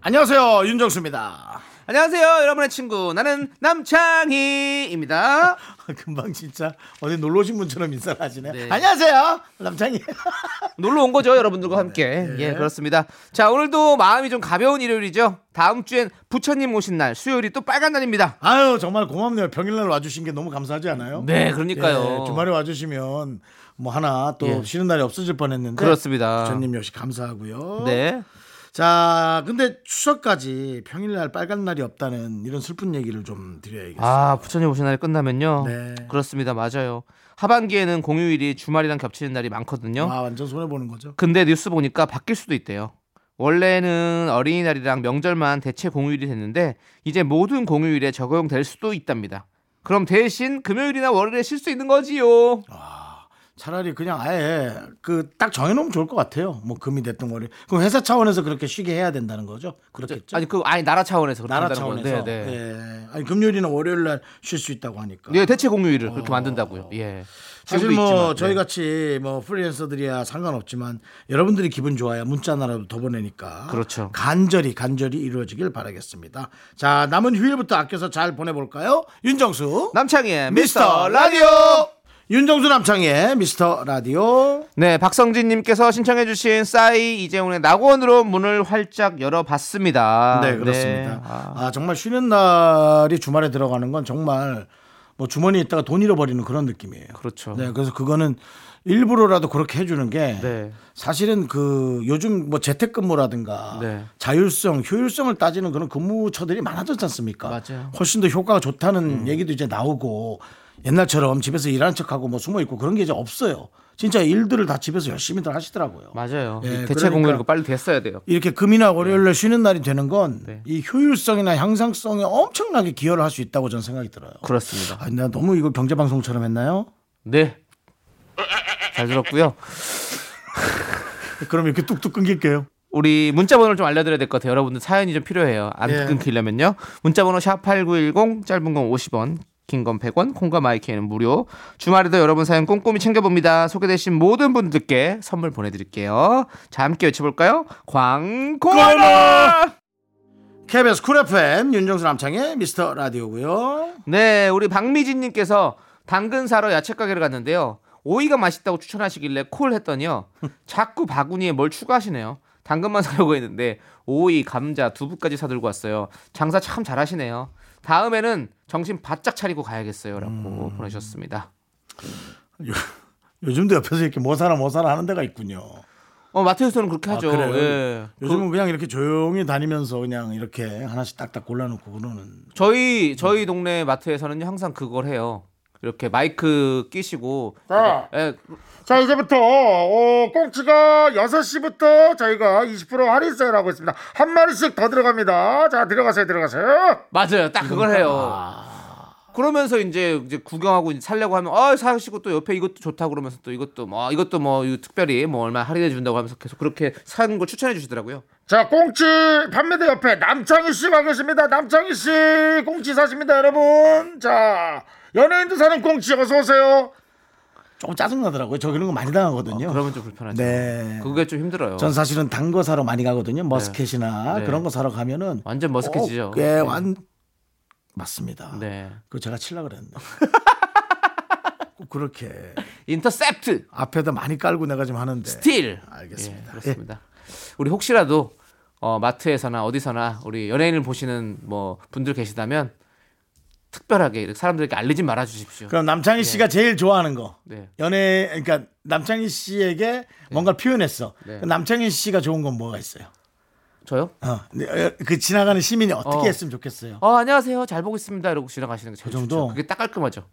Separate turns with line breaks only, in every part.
안녕하세요 윤정수입니다.
안녕하세요, 여러분의 친구 나는 남창희입니다.
금방 진짜 어디 놀러 오신 분처럼 인사를 하시네.
네.
안녕하세요 남창이.
놀러 온 거죠, 여러분들과 함께.
네.
예, 그렇습니다. 자, 오늘도 마음이 좀 가벼운 일요일이죠. 다음 주엔 부처님 오신 날, 수요일이 또 빨간 날입니다.
아유 정말 고맙네요. 평일날 와주신 게 너무 감사하지 않아요?
네, 그러니까요.
예, 주말에 와주시면 뭐 하나 또
예.
쉬는 날이 없어질 뻔했는데.
그렇습니다.
부처님 역시 감사하고요.
네.
자 근데 추석까지 평일날 빨간 날이 없다는 이런 슬픈 얘기를 좀 드려야겠어요.
아, 부처님 오신 날이 끝나면요.
네.
그렇습니다. 맞아요. 하반기에는 공휴일이 주말이랑 겹치는 날이 많거든요.
아 완전 손해 보는 거죠.
근데 뉴스 보니까 바뀔 수도 있대요. 원래는 어린이날이랑 명절만 대체 공휴일이 됐는데 이제 모든 공휴일에 적용될 수도 있답니다. 그럼 대신 금요일이나 월요일에 쉴 수 있는 거지요.
아, 차라리 그냥 아예 그 딱 정해놓으면 좋을 것 같아요. 뭐 금이 됐든 월이 그럼 회사 차원에서 그렇게 쉬게 해야 된다는 거죠. 그렇겠죠.
아니 그 아니 나라 차원에서 그렇게
나라
한다는
차원에서
건데, 네.
예. 아니 금요일이나 월요일 날 쉴 수 있다고 하니까. 어.
예, 대체 공휴일을 그렇게 만든다고요. 예.
그러니까. 사실
지금도
뭐
있지만,
저희
네.
같이 뭐 프리랜서들이야 상관없지만 여러분들이 기분 좋아야 문자 하나라도 더 보내니까
그렇죠.
간절히 간절히 이루어지길 바라겠습니다. 자 남은 휴일부터 아껴서 잘 보내볼까요? 윤정수
남창희의
미스터
미스터 라
라디오 윤정수 남창의 미스터 라디오
네, 박성진 님께서 신청해 주신 싸이 이재훈의 낙원으로 문을 활짝 열어봤습니다.
네 그렇습니다.
네. 아,
아 정말 쉬는 날이 주말에 들어가는 건 정말 뭐 주머니에 있다가 돈 잃어버리는 그런 느낌이에요.
그렇죠.
네, 그래서 그거는 일부러라도 그렇게 해주는 게
네.
사실은 그 요즘 뭐 재택근무라든가
네.
자율성, 효율성을 따지는 그런 근무처들이 많아졌지 않습니까?
맞아요. 음.
훨씬 더 효과가 좋다는 얘기도 이제 나오고 옛날처럼 집에서 일하는 척하고 뭐 숨어 있고 그런 게 이제 없어요. 진짜 일들을 다 집에서 열심히들 하시더라고요.
맞아요.
예,
대체
그러니까
공휴일이 빨리 됐어야 돼요.
이렇게 금이나 월요일 날 쉬는 날이 되는 건 이
네.
효율성이나 향상성에 엄청나게 기여를 할 수 있다고 저는 생각이 들어요.
그렇습니다.
아, 나 너무 이거 경제 방송처럼 했나요?
네. 잘 들었고요.
그럼 이렇게 뚝뚝 끊길게요.
우리 문자 번호를 좀 알려드려야 될 것 같아요. 여러분들 사연이 좀 필요해요. 안
예.
끊기려면요. 문자 번호 샵8910 짧은 건 50원 긴 건 100원 콩과 마이크는 무료 주말에도 여러분 사연 꼼꼼히 챙겨봅니다. 소개되신 모든 분들께 선물 보내드릴게요. 자 함께 외쳐볼까요? 광고라
KBS 쿨 FM 윤정수 남창의 미스터 라디오고요.
네 우리 박미진님께서 당근 사러 야채 가게를 갔는데요. 오이가 맛있다고 추천하시길래 콜 했더니요. 자꾸 바구니에 뭘 추가하시네요. 당근만 사려고 했는데 오이, 감자, 두부까지 사들고 왔어요. 장사 참 잘하시네요. 다음에는 정신 바짝 차리고 가야겠어요라고
음.
보내셨습니다.
요- 요즘도 옆에서 이렇게 뭐 사나 뭐 사나 하는 데가 있군요.
어 마트에서는 그렇게
아,
하죠.
그래요?
예.
요즘은 그냥 이렇게 조용히 다니면서 그냥 이렇게 하나씩 딱딱 골라놓고 그러는.
저희 저희 동네 마트에서는 항상 그걸 해요. 이렇게 마이크 끼시고 예,
자 이제부터 꽁치가 6시부터 저희가 20% 할인 세일하고 있습니다. 한 마리씩 더 들어갑니다. 자 들어가세요 들어가세요.
맞아요. 딱 그걸 해요.
아.
그러면서 이제 이제 구경하고 이제 살려고 하면 아 사시고 또 옆에 이것도 좋다 그러면서 또 이것도 뭐 이것도 뭐 이거 특별히 뭐 얼마 할인해 준다고 하면서 계속 그렇게 사는 걸 추천해 주시더라고요.
자 꽁치 판매대 옆에 남창희 씨가 계십니다. 남창희 씨 꽁치 사십니다 여러분. 자 연예인도 사는 꽁치 어서 오세요. 조금 짜증 나더라고요. 저 그런 거 많이 당하거든요.
아, 그러면 좀 불편하죠.
네.
그게 좀 힘들어요.
전 사실은 단 거 사러 많이 가거든요. 머스켓이나
네.
그런 거 사러 가면은
완전 머스켓이죠.
꼭, 예, 완 맞습니다.
네.
그거 제가 칠라 그랬는데. 꼭 그렇게
인터셉트
앞에다 많이 깔고 내가 지금 하는데.
딜.
네. 알겠습니다.
예, 그렇습니다. 우리 혹시라도 어, 마트에서나 어디서나 우리 연예인을 보시는 뭐 분들 계시다면 특별하게 이렇게 사람들에게 알리지 말아 주십시오.
그럼 남창희 씨가 제일 좋아하는 거.
네.
연애 그러니까 남창희 씨에게 뭔가 표현했어.
네.
그 남창희 씨가 좋은 건 뭐가 있어요?
저요?
어, 네, 그 지나가는 시민이 어떻게
어.
했으면 좋겠어요?
어 안녕하세요. 잘 보고 있습니다. 이러고 지나가시는 게 제일
그 정도?
좋죠. 그게 딱 깔끔하죠.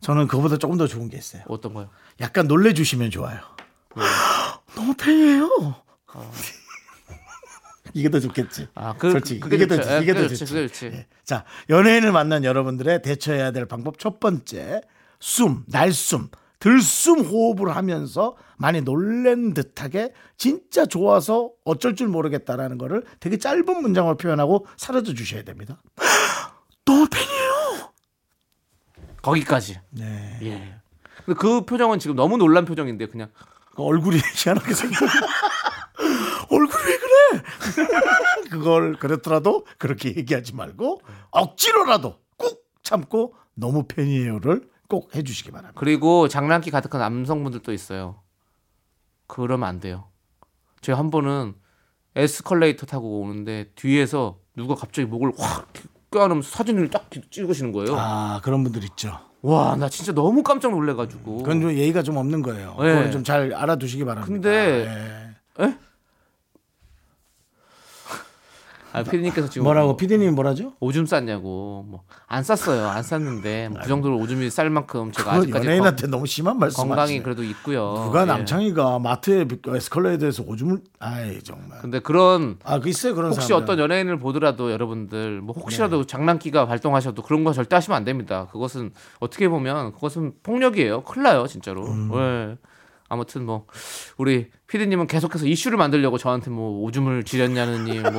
저는 그거보다 조금 더 좋은 게 있어요.
어떤 거요?
약간 놀래 네. 주시면 어. 좋아요. 너무 팬이에요. 이게 더 좋겠지.
아, 그-
솔직히
그게
이게 더
좋죠.
좋- 이게
예,
더
그게
좋지.
좋지, 그게 좋지.
예. 자 연예인을 만난 여러분들의 대처해야 될 방법 첫 번째 숨 날숨 들숨 호흡을 하면서 많이 놀란 듯하게 진짜 좋아서 어쩔 줄 모르겠다라는 거를 되게 짧은 문장으로 표현하고 사라져 주셔야 됩니다. 너무 팬이에요.
거기까지.
네.
예. 근데 그 표정은 지금 너무 놀란 표정인데 그냥
그 얼굴이 희한하게 생겨. 얼굴이 왜 그래? 그걸 그렇더라도 그렇게 얘기하지 말고 억지로라도 꾹 참고 너무 팬이에요를 꼭 해주시기 바랍니다.
그리고 장난기 가득한 남성분들도 있어요. 그러면 안 돼요. 제가 한 번은 에스컬레이터 타고 오는데 뒤에서 누가 갑자기 목을 확 껴안으면서 사진을 딱 찍으시는 거예요.
아 그런 분들 있죠.
와, 나 진짜 너무 깜짝 놀래가지고.
그건 좀 예의가 좀 없는 거예요.
네.
그건 좀 잘 알아두시기 바랍니다. 예.
근데- 아, 피디님께서
예.
지금
뭐라고
뭐
피디님이 뭐라죠?
오줌 쌌냐고. 뭐 안 쌌어요. 안 쌌는데 뭐그 정도로 오줌이 쌀 만큼 제가
그건
아직까지
연예인한테 너무 심한 말씀.
건, 강이 그래도 있고요.
누가
예.
남창이가 마트에 에스컬레이터에서 오줌을 아이 정말.
근데 그런
아 그 있어요 그런 사람들.
혹시
네.
어떤 연예인을 보더라도 여러분들 뭐 혹시라도 장난기가 발동하셔도 그런 거 절대 하시면 안 됩니다. 그것은 어떻게 보면 그것은 폭력이에요. 큰일 나요, 진짜로.
음.
예. 아무튼 뭐 우리 피디님은 계속해서 이슈를 만들려고 저한테 뭐 오줌을 지렸냐느니 뭐,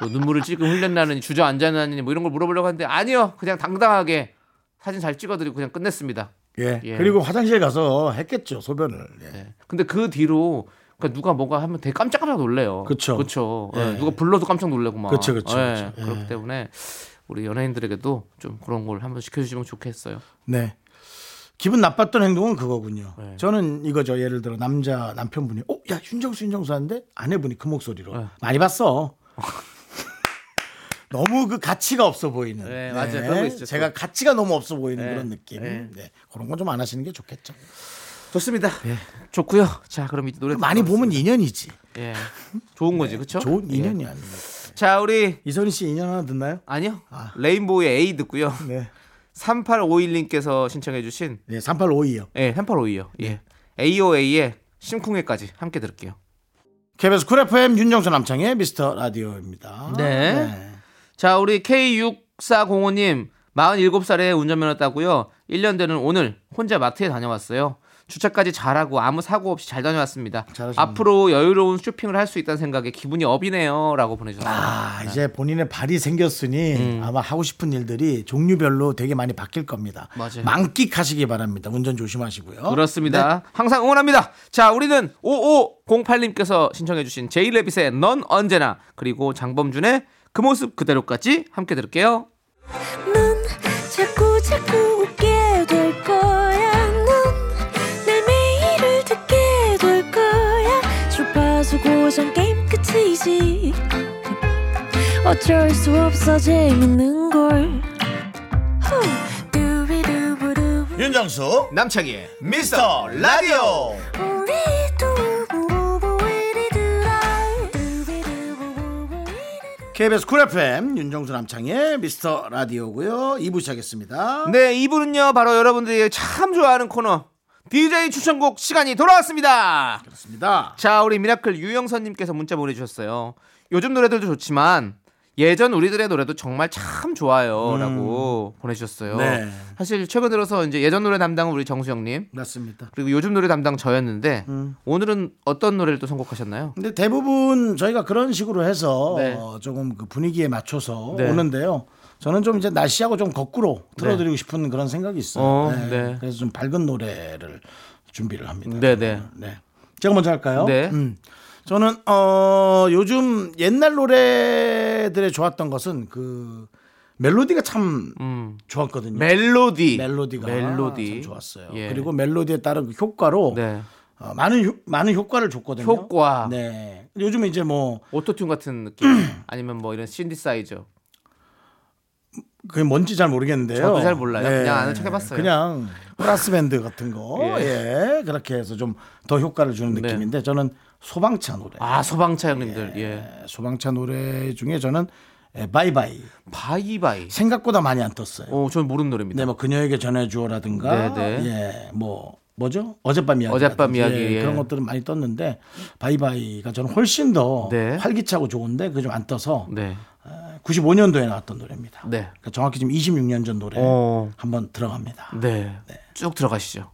뭐 눈물을 찔끔 흘렸냐느니 주저앉았냐느니 뭐 이런 걸 물어보려고 하는데 아니요. 그냥 당당하게 사진 잘 찍어드리고 그냥 끝냈습니다.
예.
예.
그리고 화장실 가서 했겠죠 소변을. 예.
예. 근데 그 뒤로 그러니까 누가 뭐가 하면 되게 깜짝깜짝 놀래요.
그쵸.
그쵸.
예.
예, 누가 불러도 깜짝 놀래고 막.
그쵸, 그쵸,
예,
그쵸.
그렇기 때문에 우리 연예인들에게도 좀 그런 걸 한번 지켜주시면 좋겠어요.
네. 기분 나빴던 행동은 그거군요.
네.
저는 이거죠. 예를 들어 남자 남편분이 어, 야 윤정수 윤정수 하는데 아내분이 그 목소리로
네.
많이 봤어. 너무 그 가치가 없어 보이는.
네, 맞아요. 그런 거 있죠.
제가 가치가 너무 없어 보이는
네.
그런 느낌.
네.
네. 그런 건 좀 안 하시는 게 좋겠죠.
좋습니다. 좋고요. 자, 그럼 이제 노래
많이
듣고
보면 인연이지.
가겠습니다. 예. 좋은 거지, 그렇죠?
좋은 인연이 아니에요.
자, 우리
이선희 씨 인연 하나 듣나요?
아니요.
아.
레인보우의 A 듣고요.
네.
3851님께서 신청해주신
네, 3852요.
예, 3852요.
네.
예. AOA의 심쿵해까지 함께 들을게요.
KBS 쿨 FM 윤정수 남창의 미스터 라디오입니다.
네. 자, 우리 K6405님, 47살에 운전면허 따고요. 1년 되는 오늘 혼자 마트에 다녀왔어요. 주차까지 잘하고 아무 사고 없이 잘 다녀왔습니다.
잘하셨네요.
앞으로 여유로운 쇼핑을 할 수 있다는 생각에 기분이 업이네요. 라고 보내주셨습니다.
아, 이제 본인의 발이 생겼으니
음.
아마 하고 싶은 일들이 종류별로 되게 많이 바뀔 겁니다.
맞아요.
만끽하시기 바랍니다. 운전 조심하시고요.
그렇습니다.
네.
항상 응원합니다. 자, 우리는 5508님께서 신청해주신 제이레빗의 넌 언제나 그리고 장범준의 그 모습 그대로까지 함께 들을게요.
넌 자꾸 자꾸 웃게 될 거야. 넌내 매일을 듣게 될 거야. 주파수 고정 게임 끝이지. 어쩔 수 없어 재밌는 걸. 후. 두비두부두.
윤정수
남창희의
미스터 라디오.
우리 두부부부 우리들아. 두비두부부부 우리들아.
KBS 쿨 FM 윤정수 남창의 미스터 라디오고요. 2부 시작했습니다.
네, 이분은요 바로 여러분들이 참 좋아하는 코너 DJ 추천곡 시간이 돌아왔습니다.
그렇습니다.
자, 우리 미라클 유영선님께서 문자 보내주셨어요. 요즘 노래들도 좋지만 예전 우리들의 노래도 정말 참 좋아요라고 보내주셨어요.
네.
사실 최근 들어서 이제 예전 노래 담당은 우리 정수영님
맞습니다.
그리고 요즘 노래 담당 저였는데 오늘은 어떤 노래를 또 선곡하셨나요?
근데 대부분 저희가 그런 식으로 해서
네.
어, 조금 그 분위기에 맞춰서
네.
오는데요. 저는 좀 이제 날씨하고 좀 거꾸로 틀어드리고 싶은 그런 생각이 있어요.
어,
네.
네.
그래서 좀 밝은 노래를 준비를 합니다.
네, 네.
네. 제가 먼저 할까요?
네.
음. 저는 어, 요즘 옛날 노래들의 좋았던 것은 그 멜로디가 참
음,
좋았거든요.
멜로디.
멜로디가
멜로디.
참 좋았어요.
예.
그리고 멜로디에 따른 그 효과로
네.
어, 많은 효, 많은 효과를 줬거든요.
효과.
네. 요즘 에 이제 뭐
오토튠 같은 느낌 아니면 뭐 이런 신디사이저.
그게 뭔지 잘 모르겠는데요. 네.
저도 잘 몰라요. 그냥 아는 척 해봤어요.
그냥 플러스 밴드 같은 거 예. 그렇게 해서 좀 더 효과를 주는
네.
느낌인데 저는 소방차 노래.
아 소방차 형님들 예,
예, 소방차 노래 중에 저는 예, 바이바이
바이바이
생각보다 많이 안 떴어요.
어 저는 모르는 노래입니다
네, 뭐 그녀에게 전해주어라든가
네,
예, 뭐 뭐죠? 어젯밤 이야기.
어젯밤 이야기,
예,
예.
그런 것들은 많이 떴는데 바이바이가 저는 훨씬 더
네.
활기차고 좋은데 그게 좀 안 떠서
네.
95년도에 나왔던 노래입니다.
네.
그러니까 정확히 지금 26년 전 노래
어.
한번 들어갑니다.
네. 쭉 들어가시죠.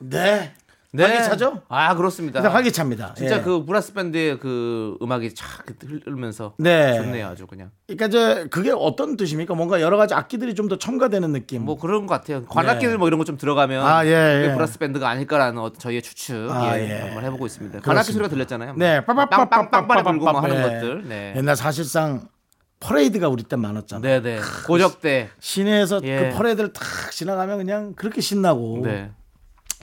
네.
네.
활기차죠?
아, 그렇습니다.
진짜 활기차입니다.
진짜
예.
그 브라스 밴드의 그 음악이 착 흐르면서
네.
좋네요, 아주 그냥.
그러니까 이제 그게 어떤 뜻입니까? 뭔가 여러 가지 악기들이 좀 더 첨가되는 느낌.
뭐 그런 것 같아요. 관악기들 뭐 이런 거 좀 들어가면
네. 아, 예, 예.
그게 브라스 밴드가 아닐까라는 어떤 저희의 추측
아,
예,
예.
한번 해보고 있습니다. 관악기 소리가 들렸잖아요. 뭐
네,
빵빵빵빵
빠바빠빠빠빠빠
불고 뭐 하는
예.
것들. 네,
옛날 사실상 퍼레이드가 우리 때 많았잖아요.
네, 네.
그
고적 때.
시내에서
예.
그 퍼레이드를 탁 지나가면 그냥 그렇게 신나고
네.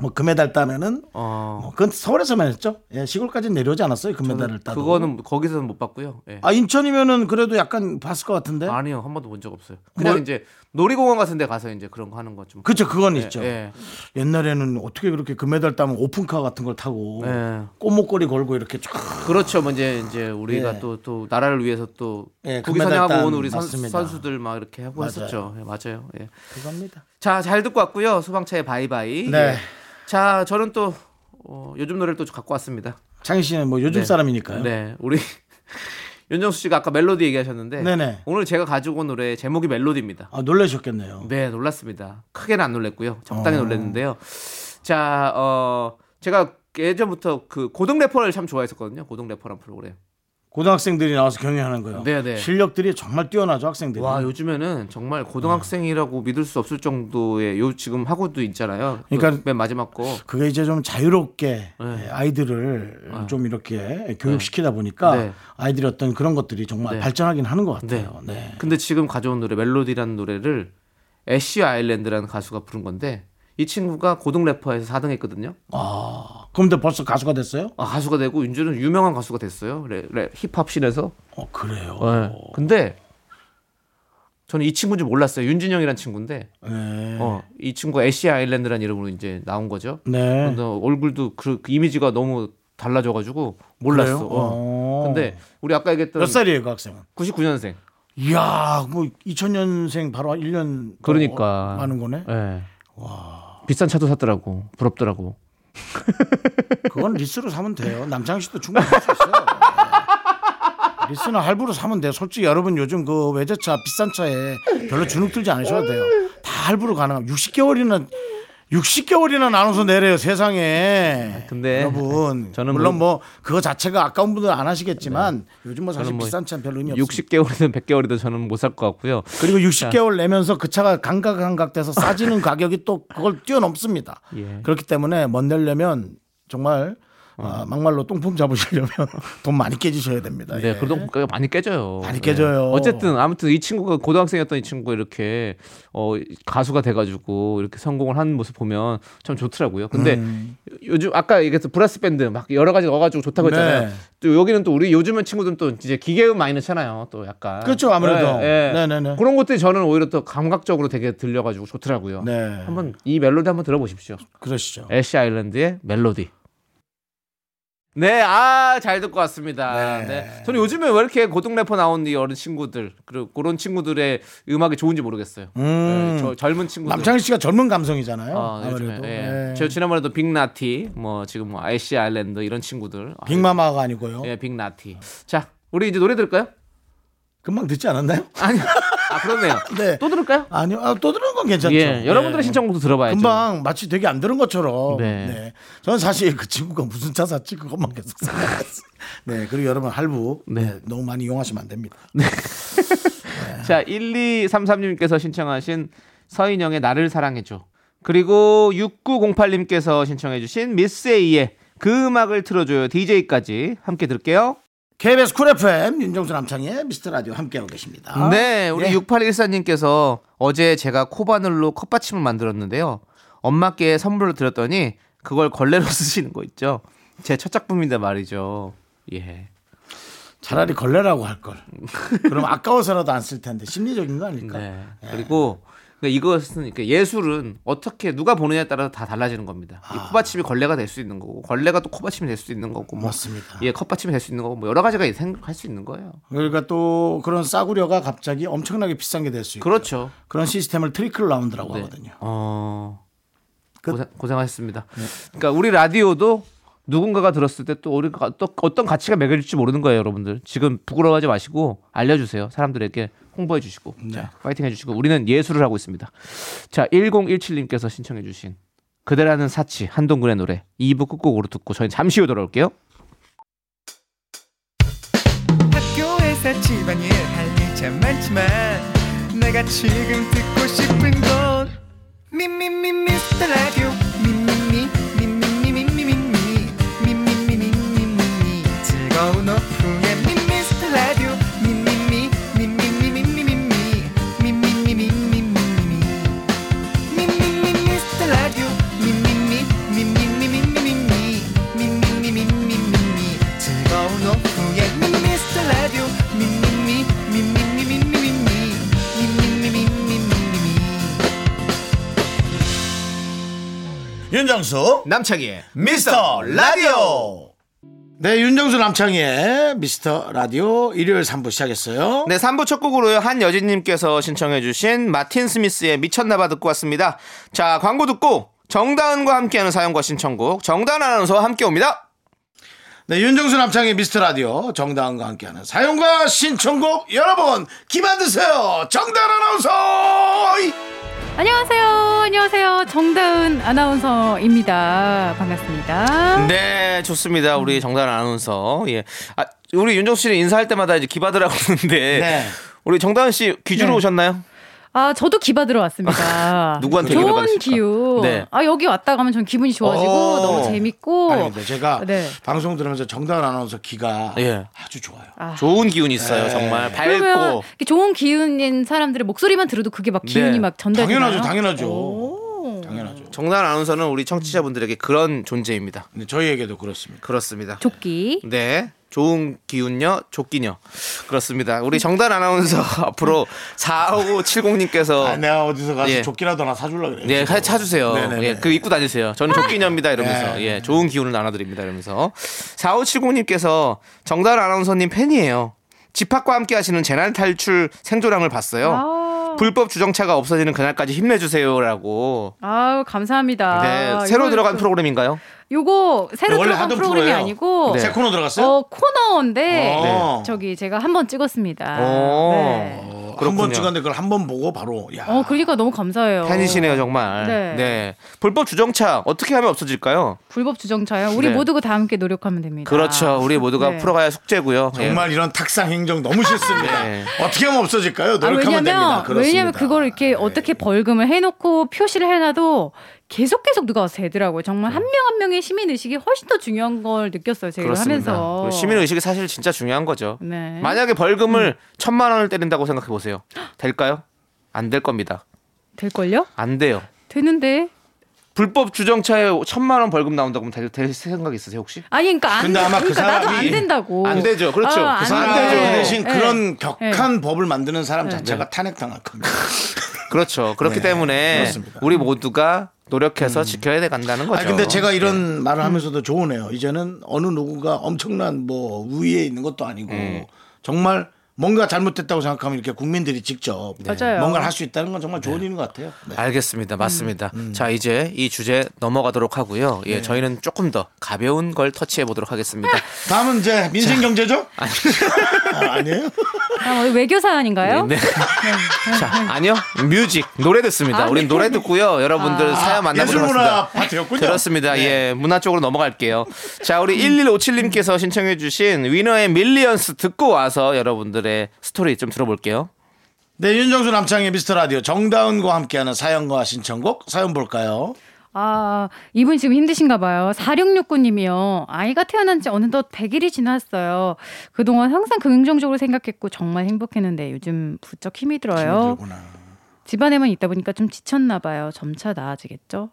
뭐 금메달 따면은
어.
뭐 그건 서울에서만 했죠. 예, 시골까지 는 내려오지 않았어요. 금메달을 따도.
그거는 거기서는 못 봤고요. 예.
아 인천이면은 그래도 약간 봤을 것 같은데.
아니요, 한 번도 본 적 없어요. 그냥
뭘-
이제 놀이공원 같은데 가서 이제 그런 거 하는 거 좀.
그렇죠. 그건 있죠.
예.
옛날에는 어떻게 그렇게 금메달 따면 오픈카 같은 걸 타고
예.
꽃목걸이 걸고 이렇게 쫙
그렇죠. 먼저 이제 우리가
예.
또 또 나라를 위해서 또
예,
국위
금메달
선양하고
딴
온 우리 선,
맞습니다.
선수들 막 이렇게 하고
맞아요.
했었죠. 예, 맞아요. 예.
그겁니다.
자, 잘 듣고 왔고요. 소방차의 바이바이.
네.
예. 자, 저는 또 어, 요즘 노래를 또 갖고 왔습니다.
장희 씨는 뭐 요즘
네.
사람이니까요.
네. 우리 윤정수 씨가 아까 멜로디 얘기하셨는데
네네.
오늘 제가 가지고 온 노래 제목이 멜로디입니다.
아 놀라셨겠네요.
네, 놀랐습니다. 크게는 안 놀랐고요. 적당히
어.
놀랐는데요. 자, 어 제가 예전부터 그 고등 래퍼를 참 좋아했었거든요. 고등 래퍼란 프로그램.
고등학생들이 나와서 경연하는 거요.
네네.
실력들이 정말 뛰어나죠 학생들이.
와 요즘에는 정말 고등학생이라고 믿을 수 없을 정도의 요 지금 하고도 있잖아요. 그
그러니까-
맨 마지막 거.
그게 이제 좀 자유롭게
네.
예, 아이들을 좀 이렇게 교육시키다 보니까
네.
아이들이 어떤 그런 것들이 정말
네.
발전하긴 하는 것 같아요. 네.
근데 지금 가져온 노래 멜로디라는 노래를 애쉬 아일랜드라는 가수가 부른 건데 이 친구가 고등 래퍼에서 4등했거든요.
아, 그럼 근데 벌써 가수가 됐어요?
아, 가수가 되고 윤주는 유명한 가수가 됐어요. 래, 래, 힙합 씬에서. 네.
어, 그래요.
근데 저는 이 친구인 줄 몰랐어요. 윤진형이라는 친구인데
네.
어, 이 친구가 애쉬 아일랜드라는 이름으로 이제 나온 거죠.
네.
근데 얼굴도 그, 그 이미지가 너무 달라져가지고 몰랐어.
그래요?
어.
어.
근데 우리 아까 얘기했던
몇 살이에요, 그 학생은?
99년생.
이야, 뭐 2000년생 바로 1년
그러니까.
많은 거네.
예. 비싼 차도 샀더라고. 부럽더라고.
그건 리스로 사면 돼요. 남창희 씨도 충분히 할 수 있어요. 네. 리스나 할부로 사면 돼요. 솔직히 여러분 요즘 그 외제차 비싼 차에 별로 주눅 들지 않으셔도 돼요. 다 할부로 가능합니다. 60개월이나 60개월이나 나눠서 내려요 세상에.
아, 근데
여러분
저는
물론 뭐 그거 자체가 아까운 분들은 안 하시겠지만 요즘 뭐 사실
저는 뭐
비싼 차는 별로 의미 없어요.
60개월이든 100개월이든 저는 못 살 것 같고요.
그리고 60개월 내면서 그 차가 감각 감각돼서 싸지는 가격이 또 그걸 뛰어넘습니다.
예.
그렇기 때문에 먼 내려면 정말 아, 막말로 똥품 잡으시려면 돈 많이 깨지셔야 됩니다.
어. 네,
예.
그러다 보니까 많이 깨져요.
많이
네.
깨져요.
어쨌든 아무튼 이 친구가 고등학생이었던 이 친구가 이렇게 어 가수가 돼가지고 이렇게 성공을 하는 모습 보면 참 좋더라고요. 근데
음. 네.
요즘 아까 얘기했던 브라스 밴드 막 여러 가지 넣어가지고 좋다고
네.
했잖아요. 또 여기는 또 우리 요즘은 친구들은 또 이제 기계음 많이 넣잖아요. 또 약간
그렇죠, 아무래도.
예, 예.
네네네.
그런 것들이 저는 오히려 또 감각적으로 되게 들려가지고 좋더라고요.
네.
한번 이 멜로디 한번 들어보십시오.
그러니까. 그러시죠.
애쉬 아일랜드의 멜로디. 네, 아, 잘 듣고 왔습니다.
네.
네. 저는 요즘에 왜 이렇게 고등 래퍼 나온 이 어린 친구들, 그리고 그런 친구들의 음악이 좋은지 모르겠어요.
음.
네, 저 젊은 친구들.
남창희 씨가 젊은 감성이잖아요.
어, 요즘에.
아무래도.
예.
예.
저 지난번에도 빅나티, 뭐 지금 뭐 애쉬 아일랜드 이런 친구들. 아,
빅마마가 아니고요.
예, 빅나티. 자, 우리 이제 노래 들을까요?
금방 듣지 않았나요?
아니, 아, 그렇네요.
네.
또 들을까요?
아니요. 아, 또 들은 건 괜찮죠.
예, 여러분들의
예.
신청곡도 들어봐야죠.
금방 마치 되게 안 들은 것처럼.
네.
네. 저는 사실 그 친구가 무슨 차 샀지 그것만 계속 생각했어요. 네. 그리고 여러분 할부
네.
네, 너무 많이 이용하시면 안 됩니다.
자, 1233님께서 신청하신 서인영의 나를 사랑해줘. 그리고 6908님께서 신청해주신 미스에이의 그 음악을 틀어줘요. DJ까지 함께 들을게요.
KBS 쿨 FM 윤정수 남창의 미스터 라디오 함께하고 계십니다.
네, 우리
예.
6814님께서 어제 제가 코바늘로 컵받침을 만들었는데요. 엄마께 선물로 드렸더니 그걸 걸레로 쓰시는 거 있죠. 제 첫 작품인데 말이죠. 예.
차라리 걸레라고 할 걸. 그럼 아까워서라도 안 쓸 텐데 심리적인 거 아닐까? 예.
네. 그리고 그러니까 이것은 그러니까 예술은 어떻게 누가 보느냐에 따라서 다 달라지는 겁니다. 이
아.
코받침이 걸레가 될 수 있는 거고 걸레가 또 코받침이 될 수 있는 거고 뭐
맞습니다.
예, 컵받침이 될 수 있는 거고 뭐 여러 가지가 생각할 수 있는 거예요.
그러니까 또 그런 싸구려가 갑자기 엄청나게 비싼 게 될 수 있고
그렇죠.
그런 시스템을 트리클 라운드라고
네.
하거든요.
어. 고생, 고생하셨습니다. 그러니까 우리 라디오도 누군가가 들었을 때 또 우리가 또 어떤 가치가 매겨질지 모르는 거예요, 여러분들. 지금 부끄러워하지 마시고 알려주세요. 사람들에게 홍보해 주시고 자, 파이팅 해주시고 우리는 예술을 하고 있습니다. 자, 1017님께서 신청해주신 그대라는 사치 한동근의 노래 2부 끝곡으로 듣고 저희 는 잠시 후에 돌아올게요.
학교에서 집안일 할 일 참 많지만 내가 지금 듣고 싶은 건 미미미 미스터 라디오 미미미 미미미 미미미 미미미 미미미 즐거운 오픈에 미스터 라디오 미미미 미미미 미미미 미미미 미미미 미미미
윤정수
남창희의
미스터 라디오 네 윤정수 남창희의 미스터 라디오 일요일 3부 시작했어요
네, 3부 첫 곡으로요. 한여진님께서 신청해주신 마틴 스미스의 미쳤나봐 듣고 왔습니다. 자, 광고 듣고 정다은과 함께하는 사연과 신청곡 정다은 아나운서와 함께 옵니다.
네 윤정수 남창희 미스터 라디오 정다은과 함께하는 사연과 신청곡 여러분 기만드세요 정다은 아나운서
안녕하세요. 안녕하세요. 정다은 아나운서입니다. 반갑습니다.
네, 좋습니다. 우리 정다은 아나운서. 예. 아, 우리 윤정수 씨는 인사할 때마다 이제 기바드라고 하는데.
네.
우리 정다은 씨 귀주로
네.
오셨나요?
아, 저도 기바 들어왔습니다.
누구한테 기를
좋은
받았을까?
기운.
네. 어.
아, 여기 왔다 가면 전 기분이 좋아지고
오.
너무 재밌고.
아니 근데 제가
네.
방송 들으면서 정다은 아나운서 귀가
예.
아주 좋아요
좋은 기운이 있어요,
네.
정말.
그러면
밝고.
이렇게 좋은 기운인 사람들의 목소리만 들어도 그게 막 기운이
네.
막 전달이
당연하죠 당연하죠 당연하죠
정다은 아나운서는 우리 청취자분들에게 그런 존재입니다.
근데 저희에게도 그렇습니다
그렇습니다.
조끼.
네. 좋은 기운요, 좋기녀. 그렇습니다. 우리 정단 아나운서 앞으로 4570님께서
아, 내가 어디서 가서
예.
조끼라도 하나 사주려고 그래요
네, 가- 찾으세요.
네네네.
예, 그 입고 다니세요. 저는 조끼녀입니다. 이러면서.
네.
예, 좋은 기운을 나눠드립니다. 이러면서. 4570님께서 정단 아나운서님 팬이에요. 집합과 함께 하시는 재난 탈출 생존왕을 봤어요.
아.
불법 주정차가 없어지는 그날까지 힘내주세요라고.
아우, 감사합니다.
네, 새로 네,
이걸
들어간
그-
프로그램인가요?
요거 새로
원래
들어간
하던
프로그램이
프로예요.
아니고
네.
새 코너 들어갔어요?
어, 네. 코너인데
어.
저기 제가 한 번 찍었습니다.
오.
네.
한 번
그렇군요.
찍었는데 그걸 한 번 보고 바로 야.
어, 그러니까 너무 감사해요.
팬이시네요, 정말.
네.
네. 불법 주정차 어떻게 하면 없어질까요?
불법 주정차요. 우리
네.
모두가 다 함께 노력하면 됩니다.
그렇죠. 우리 모두가
네.
풀어가야 숙제고요. 예.
정말 이런 탁상 행정 너무 싫습니다.
네.
어떻게 하면 없어질까요?
아,
노력하면 됩니다.
왜냐면
그렇습니다. 예.
왜냐면 그걸 이렇게
네.
어떻게 벌금을 해놓고 표시를 해놔도 계속 계속 누가 와서 되더라고요. 정말
네.
한 명 한 명의 시민 의식이 훨씬 더 중요한 걸 느꼈어요. 제가 이걸 네, 하면서
그 시민 의식이 사실 진짜 중요한 거죠.
네.
만약에 벌금을 천만 원을 때린다고 생각해 보세요. 될까요? 안 될 겁니다.
될 걸요?
안 돼요.
되는데
불법 주정차에 천만 원 벌금 나온다고 하면 될, 될 생각 있으세요 혹시?
아니 그러니까 안
근데 아마 그
그러니까 나도
사람이
안 된다고
안 되죠. 그렇죠.
아,
그
안
사람이
돼요.
그
네.
대신
네.
그런 격한 법을 만드는
예.
사람 자체가 탄핵당할 겁니다.
그렇죠. 그렇기
네.
때문에
그렇습니다. 음.
우리 모두가 노력해서 지켜야 돼 간다는 거죠.
아니 근데 제가
예.
이런 말을 하면서도 좋으네요. 이제는 어느 누구가 엄청난 뭐 우위에 있는 것도 아니고
예.
정말 뭔가 잘못됐다고 생각하면 이렇게 국민들이 직접
네.
맞아요.
뭔가를 할 수 있다는 건 정말 좋은 일인 것 같아요. 네.
알겠습니다. 맞습니다.
음.
자, 이제 이 주제 넘어가도록 하고요.
네.
예, 저희는 조금 더 가벼운 걸 터치해 보도록 하겠습니다.
다음은 이제 민생 경제죠? 아, 아니에요?
아, 외교 사안인가요?
네. 자, 아니요. 뮤직 노래 듣습니다.
아,
우린
네.
노래 듣고요. 여러분들 사연 만나보도록
아, 예술문화
하겠습니다.
파트였군요.
그렇습니다. 예, 문화 쪽으로 넘어갈게요. 자, 우리 1157님께서 신청해주신 위너의 밀리언스 듣고 와서 여러분들의 스토리 좀 들어볼게요.
네, 윤정수 남창의 미스터 라디오 정다운과 함께하는 사연과 신청곡 사연 볼까요?
아, 이분 지금 힘드신가 봐요. 4669님이요. 아이가 태어난 지 어느덧 100일이 지났어요. 그동안 항상 긍정적으로 생각했고 정말 행복했는데 요즘 부쩍 힘이 들어요. 집안에만 있다 보니까 좀 지쳤나 봐요. 점차 나아지겠죠?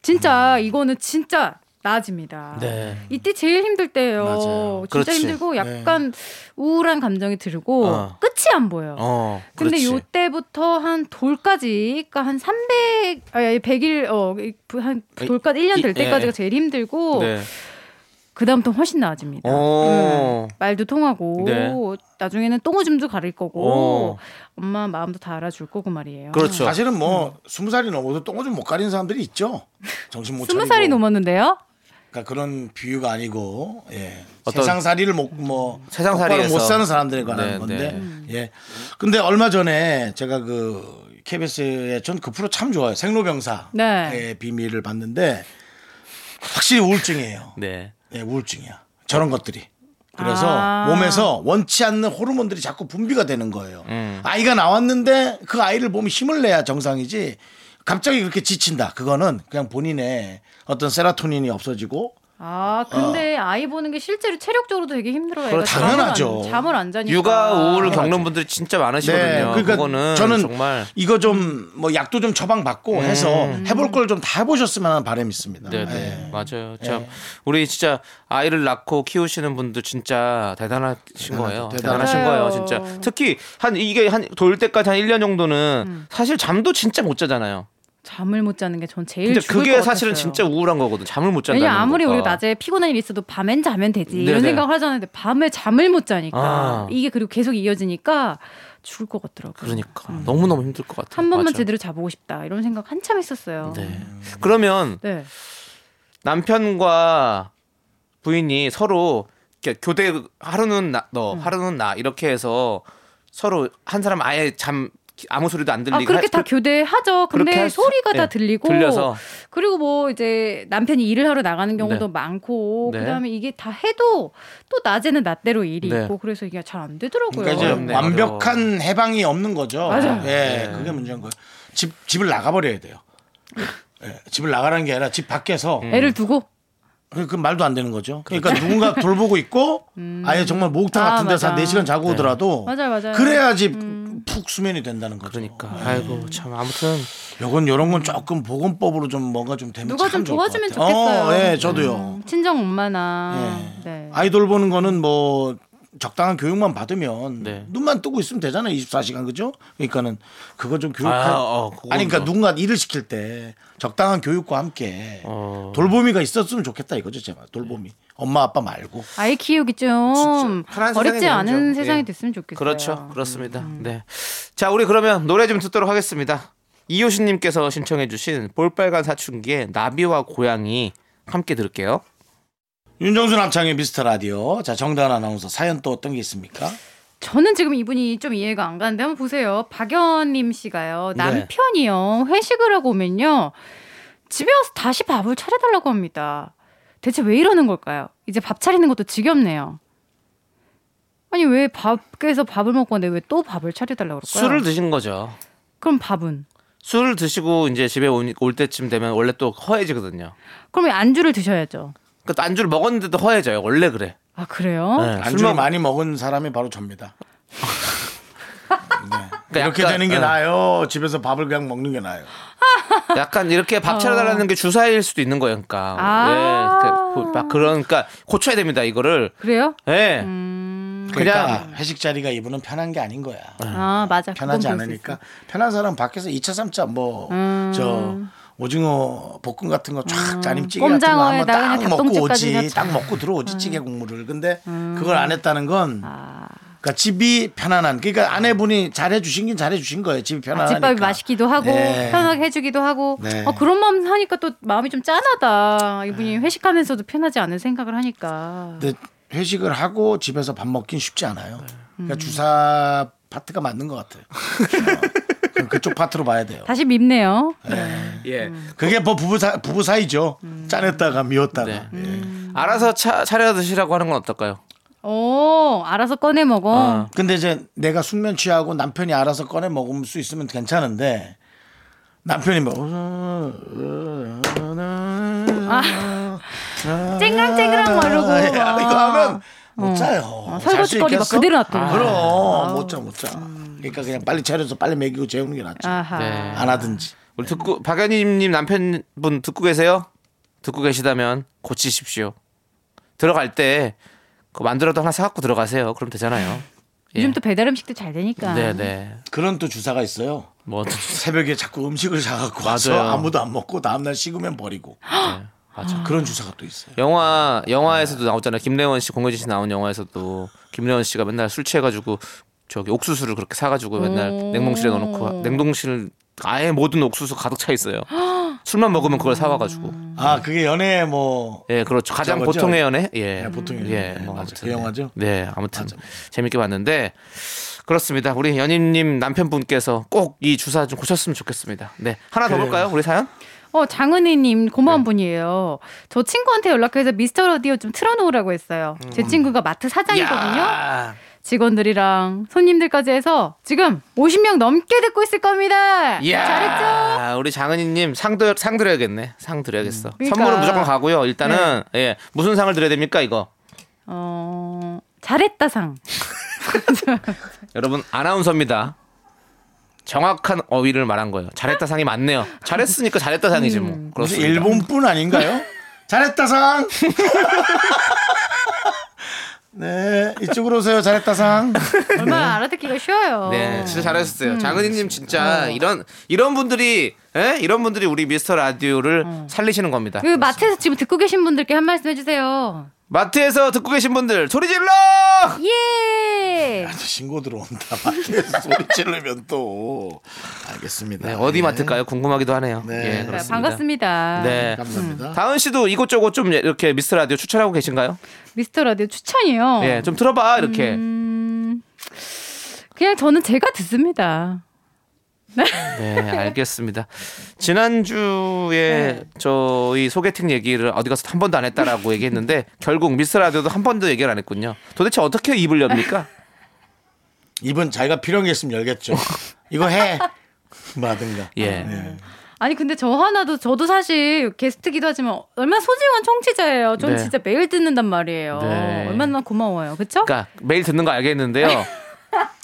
진짜 이거는 진짜 나아집니다.
네.
이때 제일 힘들 때예요.
맞아요.
진짜
그렇지.
힘들고 약간 우울한 감정이 들고
어.
끝이 안 보여요.
어,
근데
그렇지.
요때부터 한 돌까지 그러니까 한 300, 아니 100일 어한
이-
돌까지 1년
이-
될 때까지가
예.
제일 힘들고
네.
그다음부터 훨씬 나아집니다.
어.
말도 통하고
네.
나중에는 똥오줌도 가릴 거고
오.
엄마 마음도 다 알아줄 거고 말이에요.
그렇죠.
사실은 뭐 스무 살이 넘어도 똥을 좀 못 가리는 사람들이 있죠. 정신
뭐
못 차리고.
스무 살이 넘었는데요?
그러니까 그런 비유가 아니고 예.
어떤-
세상살이를 못뭐
세상살이에서.
못 사는 사람들에 관한
네,
건데
네.
예. 근데 얼마 전에 제가 그 KBS에 전 그 프로 참 좋아요 생로병사의
네.
비밀을 봤는데 확실히 우울증이에요.
네.
예, 우울증이야. 저런 것들이. 그래서
아.
몸에서 원치 않는 호르몬들이 자꾸 분비가 되는 거예요.
음.
아이가 나왔는데 그 아이를 몸이 힘을 내야 정상이지 갑자기 그렇게 지친다. 그거는 그냥 본인의 어떤 세라토닌이 없어지고
아 근데 아이 보는 게 실제로 체력적으로도 되게 힘들어요. 애가
그렇죠. 당연하죠.
잠을 안, 잠을 안 자니까.
육아 우울을 겪는 분들이 진짜 많으시거든요.
그러니까
그거는
저는
정말 음.
이거 좀 뭐 약도 좀 처방받고 해서 해볼 걸 좀 다 해보셨으면 하는 바람이 있습니다.
네네
예.
맞아요. 참 우리 진짜 아이를 낳고 키우시는 분들 진짜 대단하신 거예요.
대단하죠.
대단하신 거예요,
맞아요.
진짜. 특히 한 이게 한 돌 때까지 한 1년 정도는
음.
사실 잠도 진짜 못 자잖아요.
잠을 못 자는 게 전 제일
근데
죽을
그게
것
사실은
같았어요.
진짜 우울한 거거든. 잠을 못 잔다는
왜냐 아무리
거가.
우리가 낮에 피곤한 일이 있어도 밤엔 자면 되지
네네.
이런 생각을 하잖아요. 근데 밤에 잠을 못 자니까
아.
이게 그리고 계속 이어지니까 죽을 것 같더라고요. 음.
그러니까 너무 너무 힘들 것 같아요.
한 번만
맞아.
제대로 자보고 싶다 이런 생각 한참 했었어요.
네. 그러면
네.
남편과 부인이 서로 이렇게 교대 하루는 나, 너
음.
하루는 나 이렇게 해서 서로 한 사람 아예 잠 아무 소리도 안
아
들리게
그렇게
할-
다 교대하죠.
그렇게
근데
할 수-
소리가
예,
다 들리고
들려서
그리고 뭐 이제 남편이 일을 하러 나가는 경우도
네.
많고
네.
그다음에 이게 다 해도 또 낮에는 낮대로 일이
네.
있고 그래서 이게 잘 안 되더라고요.
그러니까 이제
어렵네요. 네.
완벽한 해방이 없는 거죠.
맞아요.
예, 그게 문제인 거예요. 집 집을 나가버려야 돼요. 예, 집을 나가라는 게 아니라 집 밖에서
음.
애를 두고
그, 그 말도 안 되는 거죠. 그러니까
그렇죠.
누군가 돌보고 있고 아예 정말 목욕탕
아,
같은 데서
맞아.
한 4시간
네.
자고 오더라도
맞아요, 맞아요. 음.
그래야지 푹 수면이 된다는 거죠.
그러니까 아이고 참 아무튼
요건 요런 건 조금 보건법으로 좀 뭔가 좀 되면
음. 누가
참
좀
좋을 것
도와주면
같아요.
좋겠어요. 음.
어, 예, 저도요.
친정 엄마나
예.
네.
아이돌 보는 거는 뭐 적당한 교육만 받으면
네.
눈만 뜨고 있으면 되잖아요. 24시간 그죠? 그러니까는 그거 좀 교육할
아,
아,
어, 그건
니 그러니까
좀.
누군가 일을 시킬 때 적당한 교육과 함께
어.
돌보미가 있었으면 좋겠다 이거죠, 제발. 돌보미. 엄마 아빠 말고.
아이 키우기 좀
편한
어렵지
세상이
않은
되죠.
세상이
예.
됐으면 좋겠어요.
그렇죠 그렇습니다. 네. 자 우리 그러면 노래 좀 듣도록 하겠습니다. 이효신님께서 신청해주신 볼빨간 사춘기의 나비와 고양이 함께 들을게요.
윤정수 남창의 미스터 라디오. 자, 정다은 아나운서 사연 또 어떤 게 있습니까?
저는 지금 이분이 좀 이해가 안 가는데 한번 보세요. 박연님 씨가요.
네.
남편이요. 회식을 하고 오면요. 집에 와서 다시 밥을 차려달라고 합니다. 대체 왜 이러는 걸까요? 이제 밥 차리는 것도 지겹네요. 아니 왜 밖에서 밥을 먹고 왔는데 왜 또 밥을 차려달라고 그럴까요?
술을 드신 거죠.
그럼 밥은?
술을 드시고 이제 집에 오- 올 때쯤 되면 원래 또 허해지거든요.
그럼 안주를 드셔야죠.
그러니까 안주를 먹었는데도 허해져요. 원래 그래.
아 그래요?
네, 술
안주를
먹-
많이 먹은 사람이 바로 접니다. 네. 이렇게
약간,
되는 게
네.
나아요. 집에서 밥을 그냥 먹는 게 나아요.
약간 이렇게 밥 차려달라는 게 주사일 수도 있는 거예요. 그러니까.
아.
네, 그- 막 그러니까 고쳐야 됩니다. 이거를.
그래요?
예.
음.
그러니까
그냥-
회식 자리가 이분은 편한 게 아닌 거야.
네.
아 맞아. 그건
편하지
그럴 수
않으니까
있어.
편한 사람 밖에서 2차 3차 뭐
음.
저 오징어 볶음 같은 거 쫙 짜림 찌개 같은 거 하면
꼼장어에다가
딱
그냥
먹고
닭똥집까지
오지
같이.
딱 먹고
음.
들어오지 찌개 국물을 근데 그걸 안 했다는 건
아.
그러니까 집이 편안한 그러니까 아내분이 잘해 주신 긴 잘해 주신 거예요 집이
아,
편안하니까
집밥이 맛있기도 하고
네.
편하게 해주기도 하고
네.
어, 그런 마음 하니까 또 마음이 좀 짠하다 이분이 회식하면서도 편하지 않은 생각을 하니까
근데 회식을 하고 집에서 밥 먹긴 쉽지 않아요
네. 음.
그러니까 주사 파트가 맞는 것 같아요 어, 그럼 그쪽 파트로 봐야 돼요
다시 밉네요
예.
음.
그게 뭐 부부 사 부부 사이죠 짜냈다가 미웠다가
네.
예.
음.
알아서 차, 차려 드시라고 하는 건 어떨까요?
오 알아서 꺼내 먹어
어.
근데 이제 내가 숙면 취하고 남편이 알아서 꺼내 먹을 수 있으면 괜찮은데 남편이 뭐 어,
쨍그랑쨍그랑 말르고 어. 아,
아, 이거 하면 못 자요.
설거지
잘수
거리 막
있겠어? 아,
그대로 놔둬.
그럼 못 자, 못 자. 그러니까 그냥 빨리 차려서 빨리 먹이고 재우는 게 낫지.
아하
네.
안 하든지.
우리 듣고 박연희님 남편분 듣고 계세요? 듣고 계시다면 고치십시오. 들어갈 때 그 만들어도 하나 사갖고 들어가세요. 그럼 되잖아요. 예.
요즘 또 배달 음식도 잘 되니까
네네.
그런 또 주사가 있어요.
뭐
새벽에 자꾸 음식을 사갖고 와서
맞아요.
아무도 안 먹고 다음날 식으면 버리고. 네, 맞아. 그런 주사가 또 있어요.
영화 영화에서도 나오잖아요. 김래원 씨 공효진 씨 나온 영화에서도 김래원 씨가 맨날 술 취해가지고 저기 옥수수를 그렇게 사가지고 맨날
오.
냉동실에 넣어놓고 냉동실 아예 모든 옥수수 가득 차 있어요. 술만 먹으면 그걸 사와가지고
아, 그게 연애 뭐
예 그렇죠 가장
그거죠?
보통의 연애 예,
예, 보통의 연애.
예뭐
맞아.
아무튼
그 영화죠?
네 아무튼
맞아,
재밌게 봤는데 그렇습니다 우리 연인님 남편분께서 꼭 이 주사 좀 고쳤으면 좋겠습니다 네 하나 더
그래요.
볼까요 우리 사연
어, 장은희님 고마운
네.
분이에요. 저 친구한테 연락해서 미스터 라디오 좀 틀어놓으라고 했어요. 제
음.
친구가 마트 사장이거든요.
야.
직원들이랑 손님들까지 해서 지금 50명 넘게 듣고 있을 겁니다.
이야,
잘했죠?
우리 장은희님 상도 상 드려야겠네. 상 드려야겠어.
그러니까. 네.
선물은 무조건 가고요. 일단은 예 무슨 상을 드려야 됩니까 이거?
어, 잘했다 상.
여러분 아나운서입니다. 정확한 어휘를 말한 거예요. 잘했다 상이 맞네요. 잘했으니까 잘했다 상이지
음.
뭐.
무슨
그렇습니다.
일본뿐 아닌가요? 잘했다 상. 네, 이쪽으로 오세요. 잘했다 상.
얼마나 알아듣기가 쉬워요.
네, 진짜 잘하셨어요. 장은희님 진짜 이런 이런 분들이 예? 이런 분들이 우리 미스터 라디오를 살리시는 겁니다.
그 마트에서 지금 듣고 계신 분들께 한 말씀 해주세요.
마트에서 듣고 계신 분들 소리 질러! 아,
예.
신고 들어온다. 밖에서 소리 지르면 또 알겠습니다.
네, 어디
예.
마트일까요? 궁금하기도 하네요.
네.
예,
네,
그렇습니다.
반갑습니다.
네.
감사합니다.
다은 씨도 이곳저곳 좀 예, 이렇게 미스터 라디오 추천하고 계신가요?
미스터 라디오 추천이요.
예, 좀 들어봐 이렇게.
음, 그냥 저는 제가 듣습니다.
네, 알겠습니다. 지난주에 저희 소개팅 얘기를 어디 가서 한 번도 안 했다라고 얘기했는데 결국 미스터 라디오도 한 번도 얘기를 안 했군요. 도대체 어떻게 입을 엽니까?
입은 자기가 필요한 게 있으면 열겠죠. 이거 해. 뭐라든가.
예.
네.
아니 근데 저 하나도 저도 사실 게스트기도 하지만 얼마나 소중한 청취자예요. 전
네.
진짜 매일 듣는단 말이에요.
네.
얼마나 고마워요. 그쵸?
그러니까 매일 듣는 거 알겠는데요.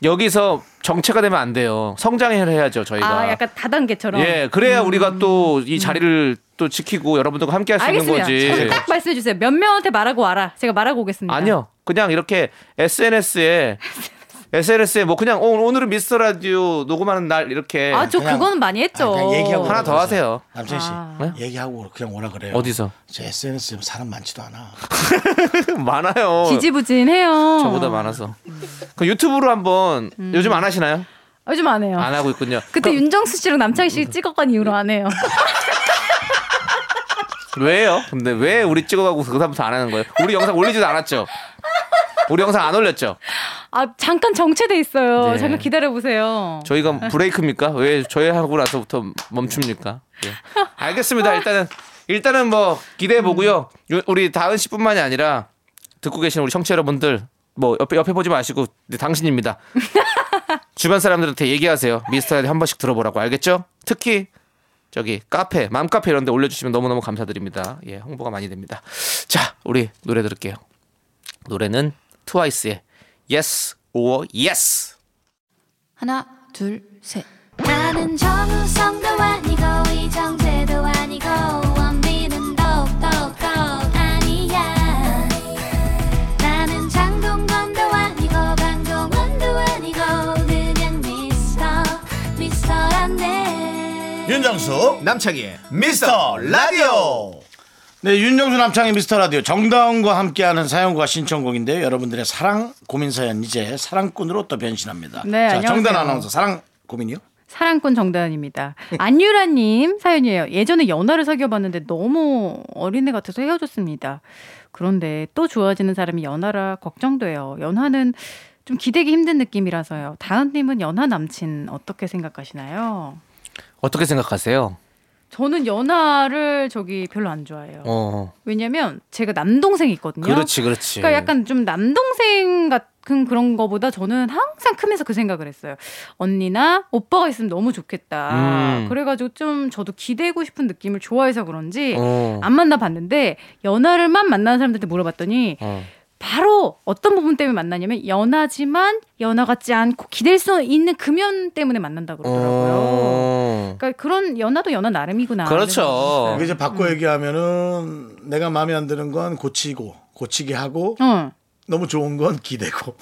여기서 정체가 되면 안 돼요. 성장을 해야죠, 저희가.
아 약간 음. 다단계처럼.
예, 그래야 우리가 또 이 자리를 또 지키고 여러분들과 함께 할 수 있는
알겠습니다.
거지.
저는 딱 말씀해 주세요. 몇 명한테 말하고 와라. 제가 말하고 오겠습니다.
아니요. 그냥 이렇게 SNS에 SNS에 뭐 그냥 어, 오늘은 미스터 라디오 녹음하는 날 이렇게
아, 저
그냥-
그거는 많이
아,
했죠.
그냥 얘기하고
하나 더
오라고
하세요.
남친 씨
아.
얘기하고 그냥 오라 그래요.
어디서?
제 SNS 에 사람 많지도 않아.
많아요.
지지부진해요.
저보다 많아서. 그 유튜브로 한번
음.
요즘 안 하시나요?
아, 요즘 안 해요.
안 아. 하고 있군요.
그때 윤정수 씨랑 남창희 씨 찍었건 이후로 안 해요.
왜요? 근데 왜 우리 찍어가고 그다음부터 안 하는 거예요? 우리 영상 올리지도 않았죠. 우리 영상 안 올렸죠.
아 잠깐 정체돼 있어요.
네.
잠깐 기다려 보세요.
저희가 브레이크입니까? 왜 저희 하고 나서부터 멈춥니까? 예. 알겠습니다. 일단은 일단은 뭐 기대해 보고요. 요- 우리 다은 씨뿐만이 아니라 듣고 계신 우리 청취자 여러분들 뭐 옆에 옆에 보지 마시고 네, 당신입니다. 주변 사람들한테 얘기하세요. 미스터라디 한 번씩 들어보라고 알겠죠? 특히 저기 카페, 맘카페 이런 데 올려주시면 너무너무 감사드립니다. 예, 홍보가 많이 됩니다. 자, 우리 노래 들을게요. 노래는 트와이스의 Yes or Yes.
하나, 둘, 셋.
나는 정우성도 아니고 이정재도 아니고 원빈은 더욱더 아니야 나는 장동건도 아니고 강동원도 아니고 그냥 미스터 미스터란데
윤정수
남창희의
미스터 라디오. 네, 윤정수 남창의 미스터 라디오 정다운과 함께하는 사연과 신청곡인데요. 여러분들의 사랑 고민 사연 이제 사랑꾼으로 또 변신합니다.
네,
자,
안녕하세요.
정단 아나운서 사랑 고민이요?
사랑꾼 정다은입니다. 안유라님 사연이에요. 예전에 연하를 사귀어봤는데 너무 어린애 같아서 헤어졌습니다. 그런데 또 좋아지는 사람이 연하라 걱정돼요. 연하는 좀 기대기 힘든 느낌이라서요. 다은님은 연하 남친 어떻게 생각하시나요?
어떻게 생각하세요?
저는 연하를 저기 별로 안 좋아해요.
어, 그렇죠.
왜냐면 제가 남동생이 있거든요.
그렇지, 그렇지.
그러니까 약간 좀 남동생 같은 그런 거보다 저는 항상 크면서 그 생각을 했어요. 언니나 오빠가 있으면 너무 좋겠다.
음.
그래가지고 좀 저도 기대고 싶은 느낌을 좋아해서 그런지
어,
안 만나봤는데 연하를만 만나는 사람들한테 물어봤더니
어.
바로 어떤 부분 때문에 만나냐면 연하지만 연하 같지 않고 기댈 수 있는 금연 때문에 만난다 그러더라고요.
어.
그러니까 그런 연하도 연하 나름이구나.
그렇죠.
어.
이게 이제 바꿔 얘기하면은 내가 마음에 안 드는 건 고치고 고치게 하고
어.
너무 좋은 건 기대고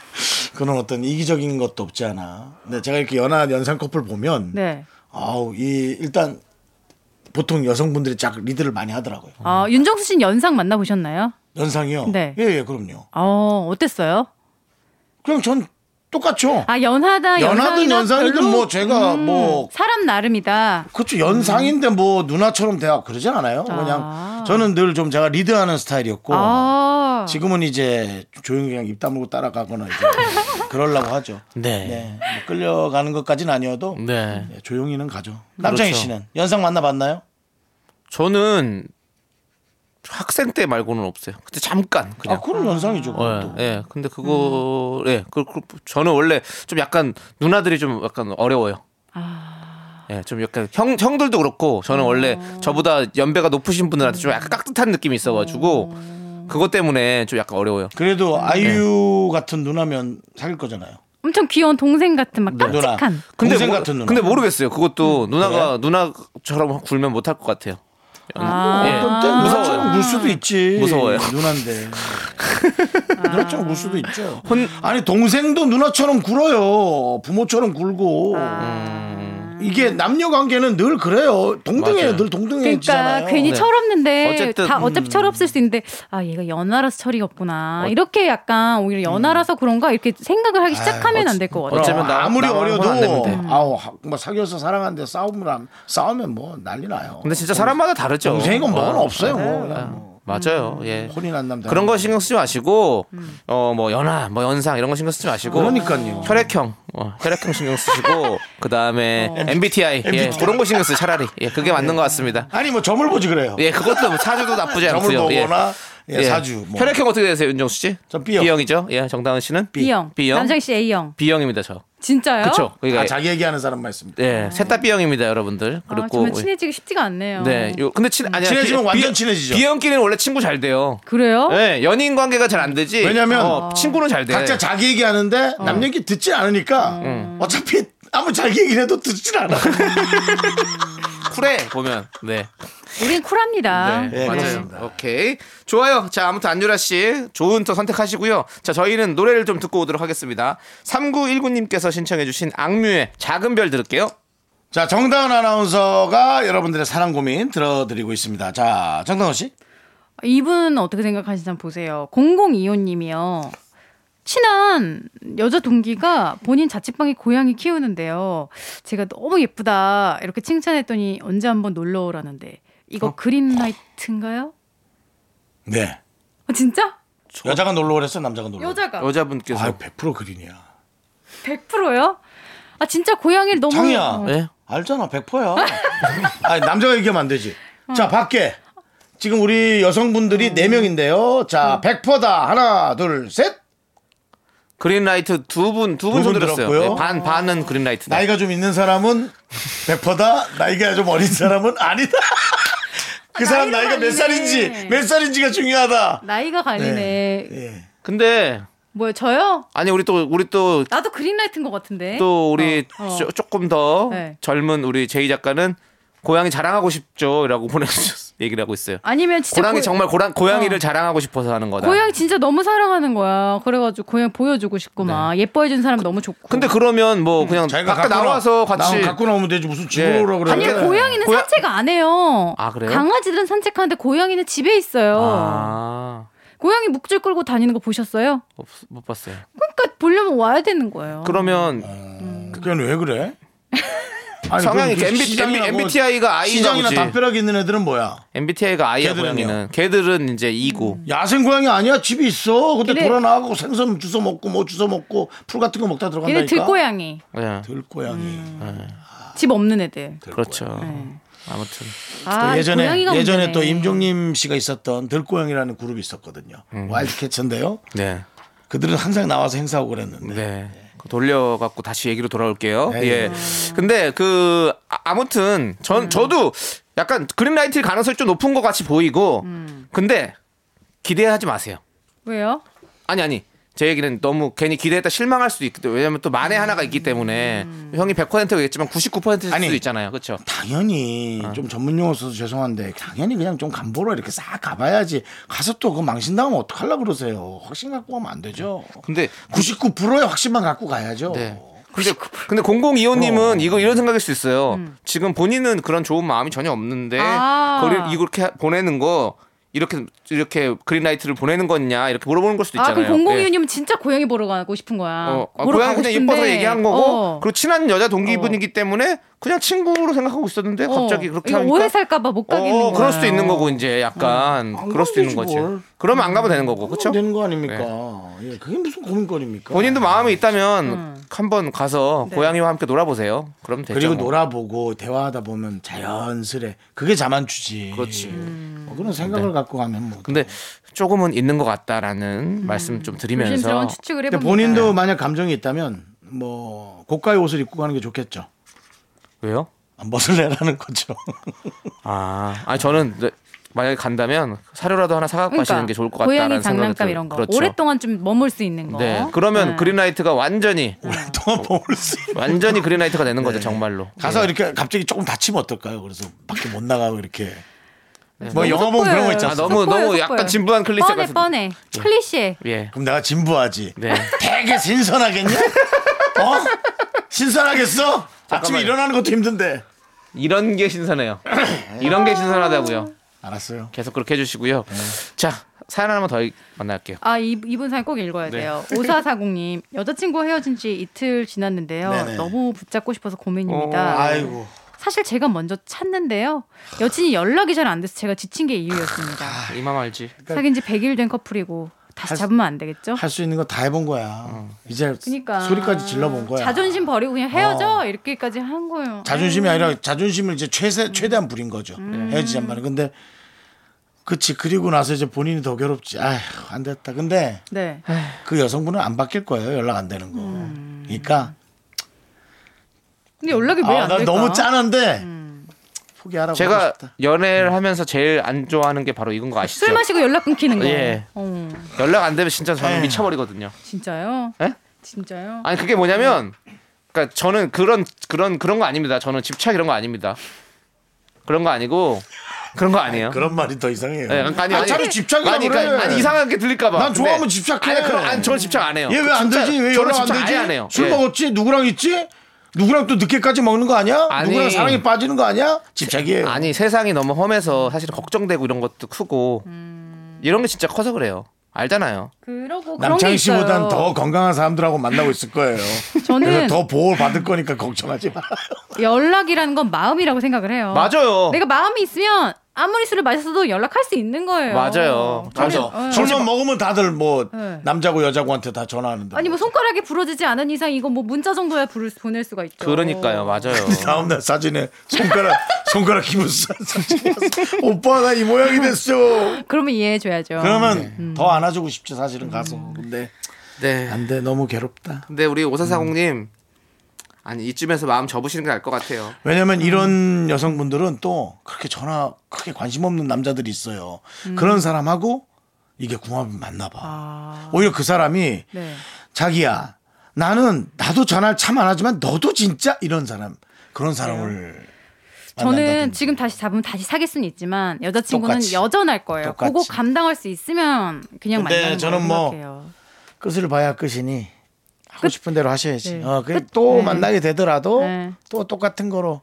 그런 어떤 이기적인 것도 없지 않아. 근데 제가 이렇게 연하 연상 커플 보면
네.
아우 이 일단 보통 여성분들이 쫙 리드를 많이 하더라고요.
아, 윤정수 씨는 연상 만나보셨나요?
연상이요.
네.
예, 예, 그럼요.
어, 어땠어요?
그냥 전 똑같죠.
아, 연하다,
연하든
연상이다,
연상이든
별로? 음,
뭐 제가 뭐-
사람 나름이다.
그렇죠. 연상인데 뭐 누나처럼 대학 그러진 않아요.
아.
그냥 저는 늘 좀 제가 리드하는 스타일이었고
아,
지금은 이제 조용히 그냥 입 다물고 따라가거나 이제 그러려고 하죠.
네.
네. 뭐 끌려가는 것까지는 아니어도
네.
네, 조용히는 가죠. 남정희
그렇죠.
씨는 연상 만나봤나요?
저는 학생 때 말고는 없어요. 그때 잠깐 그냥.
아, 그건 연상이죠.
예,
그것도.
예. 근데 그거 예. 그, 그 저는 원래 좀 약간 누나들이 좀 약간 어려워요. 예, 좀 약간 형 형들도 그렇고 저는 원래 저보다 연배가 높으신 분들한테 좀 약간 깍듯한 느낌이 있어 가지고 그것 때문에 좀 약간 어려워요.
그래도
네.
아이유 같은 누나면 사귈 거잖아요.
엄청 귀여운 동생 같은 막 깜찍한.
네. 근데
동생
모-
같은 누나.
근데 모르겠어요.
음.
그것도 누나가 누나처럼 굴면 못할 것 같아요.
아.
예.
어떤 때 누나처럼 울 수도 있지.
아. 무서워요. 아.
누난데. 누나처럼 울 수도 있죠.
혼-
아니 동생도 누나처럼 굴어요. 부모처럼 굴고. 이게 남녀 관계는 늘 그래요. 동등해요.
아. 맞아요.
늘 동등해지잖아요.
그러니까 괜히
네.
철없는데
어쨌든,
다 어차피 철없을 수 있는데 아 얘가 연하라서 철이 없구나 이렇게 약간 오히려 연하라서 그런가 이렇게 생각을 하기 시작하면 안 될 것 같아요.
어쩌면 나-
아무리
나랑
어려도
혼안 내면 돼.
아우 하- 뭐 사귀어서 사랑하는데 싸우면 싸우면 뭐 난리 나요.
근데 진짜 사람마다 다르죠.
동생이건 뭐건
어,
없어요. 뭐
아,
그냥 뭐.
맞아요. 예.
혼이 난 남자.
그런 거 신경 쓰지 마시고
음.
어 뭐 연하 뭐 연상 이런 거 신경 쓰지 마시고
그러니까요.
혈액형 어, 혈액형 신경 쓰시고 그 다음에
어.
MBTI 예 그런 거 신경 쓰 차라리 예 그게 맞는 것 같습니다
아니 뭐 점을 보지 그래요.
예 그것도 뭐 사주도 나쁘지
점을
않고요 예.
보거나 예,
예.
사주. 뭐.
혈액형 어떻게 되세요 윤정수 씨?
전 B형.
B형이죠 예 정다은 씨는
B형,
B형
남장 씨 A형,
B형입니다 저
진짜요?
그쵸 그러니까
아, 자기 얘기하는 사람만 있습니다.
예셋다 네, B형입니다 여러분들
아,
그렇고
정말 친해지기 쉽지가 않네요.
네 요- 근데 친 아니
친해지면 완전 친해지죠.
B형끼리는 원래 친구 잘 돼요
그래요?
네, 연인 관계가 잘 안 되지.
왜냐면
어, 친구는 잘 돼.
각자 자기 얘기하는데 남 얘기 듣지 않으니까 어차피 아무 자기 얘기를 해도 듣질 않아.
쿨해 보면. 네.
우린 쿨합니다.
네, 맞아요.
그렇습니다.
오케이. 좋아요. 자, 아무튼 안유라 씨 좋은 또 선택하시고요. 자, 저희는 노래를 좀 듣고 오도록 하겠습니다. 3919님께서 신청해 주신 악뮤의 작은 별 들을게요.
자, 정다은 아나운서가 여러분들의 사랑 고민 들어드리고 있습니다. 자, 정다은 씨.
이분 어떻게 생각하시는지 한번 보세요. 0025님이요. 친한 여자 동기가 본인 자취방에 고양이 키우는데요. 제가 너무 예쁘다 이렇게 칭찬했더니 언제 한번 놀러 오라는데 이거
어?
그린라이트인가요?
네.
어, 진짜?
여자가 놀러 오랬어, 남자가 놀러. 오랬어?
여자가
여자분께서
아, 100% 그린이야.
100%요? 아 진짜 고양이를 너무
창이야.
어.
네?
알잖아, 100%야. 아니, 남자가 얘기하면 안 되지.
어.
자, 밖에. 지금 우리 여성분들이 네명인데요 자,
음.
100%다. 하나, 둘, 셋.
그린라이트 두 분 두
두분
분 손들었어요.
들었고요.
네, 반 반은 그린라이트. 다
나이가 좀 있는 사람은 100%다. 나이가 좀 어린 사람은 아니다. 그 사람 나이가
나이를
몇
가리네.
살인지, 몇 살인지가 중요하다.
나이가 갈리네.
예.
근데
뭐야 저요?
아니 우리 또 우리 또 또
나도 그린라이트인 것 같은데.
우리
어, 어.
쪼- 조금 더
네.
젊은 우리 제이 작가는 고양이 자랑하고 싶죠라고 보내주셨 얘기를 하고 있어요.
아니면 진짜
고양이
고-
정말 고랑, 고양이를 자랑하고 싶어서 하는 거다.
고양이 진짜 너무 사랑하는 거야. 그래가지고 고양 이 보여주고 싶고 막 예뻐해 준 사람 너무 좋고.
네. 근데 그러면 뭐 그냥
음, 자기가
밖에
갖고 나-
나와서 같이
나오면 갖고 나오면 되지 무슨
예.
집으로 오라 그래.
아니 고양이는
고양-
산책 안 해요.
아, 그래요?
강아지들은 산책하는데 고양이는 집에 있어요. 어.
아,
고양이 목줄 끌고 다니는 거 보셨어요?
없, 못 봤어요.
그러니까 보려면 와야 되는 거예요.
그러면
어. 그건 왜 그래? 아니,
성향이
그럼
MB,
시장이나 뭐
MBTI가 I인가
시장이나
보지.
담벼락에 있는 애들은 뭐야?
MBTI가 I야
걔들은요?
고양이는. 걔들은 이제 E고.
음.
야생 고양이 아니야 집에 있어. 근데
그래.
돌아나가고 생선 주워 먹고 뭐 주워 먹고 풀 같은 거 먹다
얘네
들어간다니까.
들고양이 음.
예,
들고양이.
집 없는 애들.
그렇죠.
네.
아무튼
아
예전에
고양이가
예전에
문제네.
또 임종림 씨가 있었던 들고양이라는 그룹이 있었거든요.
음.
와일드캣인데요.
네,
그들은 항상 나와서 행사하고 그랬는데.
네. 그 돌려갖고 다시 얘기로 돌아올게요.
네.
예. 근데 그 아- 아무튼
음.
전 저도 약간 그린라이트일 가능성이 좀 높은 것 같이 보이고,
음.
근데 기대하지 마세요.
왜요?
아니 아니 제 얘기는 너무 괜히 기대했다 실망할 수도 있기 때문에 왜냐면 또 만에 하나가 있기 때문에 형이 100%겠지만 99%일
음. 아니.
수도 있잖아요 그렇죠
당연히
아.
좀 전문 용어 써서 죄송한데 당연히 그냥 좀 간보러 이렇게 싹 가봐야지 가서 또 그 망신당하면 어떡하려고 그러세요 확신 갖고 가면 안 되죠
근데
99%의 확신만 갖고 가야죠
네
그
근데 근데
어.
0025님은 이거 이런 생각일 수 있어요. 지금 본인은 그런 좋은 마음이 전혀 없는데
음. 아.
거리 이렇게 보내는 거 이렇게 이렇게 그린라이트를 보내는 거냐 이렇게 물어보는 걸 수도
아,
있잖아요.
그럼
예.
0026님 진짜 고양이 보러 가고 싶은 거야.
어, 아,
보러
고양이
가고
그냥
싶은데.
예뻐서 얘기한 거고
어.
그리고 친한 여자 동기분이기
어.
때문에 그냥 친구로 생각하고 있었는데
어.
갑자기 그렇게
이거
하니까
오해 살까봐 못 가겠는
어,
거야.
그럴 수도 있는 거고 이제 약간
음. 안
그럴 수도
가면
있는
되지,
거지.
뭘. 음.
그러면 안 가면 되는 거고 그렇죠?
되는 거 아닙니까? 예, 그게 무슨 고민거리입니까?
본인도 마음이 있다면 한번 가서
네.
고양이와 함께 놀아보세요. 그럼 되죠.
그리고
뭐.
놀아보고 대화하다 보면 자연스레 그게 자만추지.
그렇지.
뭐 그런 생각을 갖고 가면 뭐.
근데 조금은 있는 것 같다라는 말씀 좀
네. 음. 조심스러운
드리면서
추측을
근데
해봅니다.
본인도 만약 감정이 있다면 뭐 고가의 옷을 입고 가는 게 좋겠죠.
왜요?
안 벗을래라는 거죠.
아, 아니 저는 네, 만약에 간다면 사료라도 하나 사갖고 가시는 게 좋을 것 같다라는
그러니까 고양이
생각이
장난감
들어요.
이런 거
그렇죠.
오랫동안 좀 머물 수 있는 거.
네, 그러면
네.
그린라이트가 완전히
동안 벗을 수 있는.
완전히 그린라이트가 되는 거죠 정말로.
가서
예.
이렇게 갑자기 조금 다치면 어떨까요? 그래서 밖에 못 나가고 이렇게. 뭐
너무
영화 보면 그런 거
속보여요.
있잖아.
네. 아, 너무
속보여요,
너무
속보여요.
약간 진부한 클리셰
뻔해
같은.
뻔해 클리셰.
예.
그럼 내가 진부하지.
네.
되게 신선하겠냐? 어? 신선하겠어? 아침에 일어나는 것도 힘든데.
이런 게 신선해요. 이런 게 신선하다고요.
알았어요.
계속 그렇게 해주시고요. 자 사연 하나만 더 만날게요.
아, 이, 이분 사연 꼭 읽어야
네.
돼요. 5440님. 여자친구와 헤어진 지 이틀 지났는데요.
네네.
너무 붙잡고 싶어서 고민입니다.
아이고.
사실 제가 먼저 찾는데요. 여친이 연락이 잘 안 돼서 제가 지친 게 이유였습니다.
아,
아, 이맘 알지.
그러니까
사귄 지 100일 된 커플이고 다시 잡으면 안 되겠죠?
할 수 있는 거 다 해본 거야. 이제
그러니까
소리까지 질러본 거야.
자존심 버리고 그냥 헤어져 이렇게까지 한 거예요.
자존심이 아니라 자존심을 이제 최세, 최대한 부린 거죠.
음.
헤어지잔 말이야. 근데 그치 그리고 나서 이제 본인이 더 괴롭지. 아휴 안 됐다. 근데
네.
그 여성분은 안 바뀔 거예요. 연락 안 되는 거. 그러니까
근데 연락이 음. 왜 안
아, 나
될까? 음.
너무 짠한데 포기하라고 하고
제가
싶다.
연애를 하면서 제일 안 좋아하는 게 바로 이건 거 아시죠?
술 마시고 연락 끊기는 거.
네.
예.
어,
연락 안 되면 진짜 저는
에휴.
미쳐버리거든요.
진짜요?
에?
진짜요?
아니 그게 뭐냐면, 그러니까 저는 그런 그런 그런 거 아닙니다. 저는 집착 이런 거 아닙니다. 그런 거 아니고 그런 거 아니에요.
그런 말이 더 이상해요.
예, 아니, 아니,
아, 차라리 집착이라고
아니,
그래.
그러니까, 아니 이상하게 들릴까봐.
난 좋아하면 집착해.
아니, 어, 그럼, 아니 저는 집착 안 해요.
얘 왜 안
집착-
되지? 왜
저는
연락 안
집착 아예
되지?
안 해요.
술
예.
먹었지? 누구랑 있지? 누구랑 또 늦게까지 먹는 거 아니야?
아니.
누구랑 사랑에 빠지는 거 아니야? 집착이에요.
아니 세상이 너무 험해서 사실 걱정되고 이런 것도 크고
음.
이런 게 진짜 커서 그래요. 알잖아요.
그러고 그런 게
남창희 씨보단
있어요.
더 건강한 사람들하고 만나고 있을 거예요.
저는-
그래서 더 보호를 받을 거니까 걱정하지 마.
연락이라는 건 마음이라고 생각을 해요.
맞아요.
어. 내가 마음이 있으면 아무리 술을 마셨어도 연락할 수 있는 거예요.
맞아요.
그래서
예.
술만 먹으면 다들 뭐
네.
남자고 여자고한테 다 전화하는데.
아니 뭐 손가락이 부러지지 않은 이상 이거 뭐 문자 정도야 부를, 보낼 수가 있죠.
그러니까요. 맞아요.
다음 날 사진에 손가락 손가락 기분 사진 오빠 나 이 모양이 됐어.
그러면 이해해 줘야죠.
그러면
네.
더 안아주고 싶지 사실은 가서. 근데
네.
안 돼 너무 괴롭다.
근데 우리 오사사공님 아니 이쯤에서 마음 접으시는 게 알 것 같아요.
왜냐면 이런 여성분들은 또 그렇게 전화 크게 관심 없는 남자들이 있어요.
음.
그런 사람하고 이게 궁합이 맞나 봐.
아.
오히려 그 사람이
네.
자기야 나는 나도 전화를 참 안 하지만 너도 진짜 이런 사람 그런 사람을
저는
만난다든지.
지금 다시 잡으면 다시 사귈 수는 있지만 여자친구는
똑같이.
여전할 거예요.
똑같이.
그거 감당할 수 있으면 그냥
근데
만나는
저는
거라고
뭐
생각해요.
끝을 봐야 끝이니 하고 싶은 대로 하셔야지.
네.
어, 그게
끝.
또
네.
만나게 되더라도
네.
또 똑같은 거로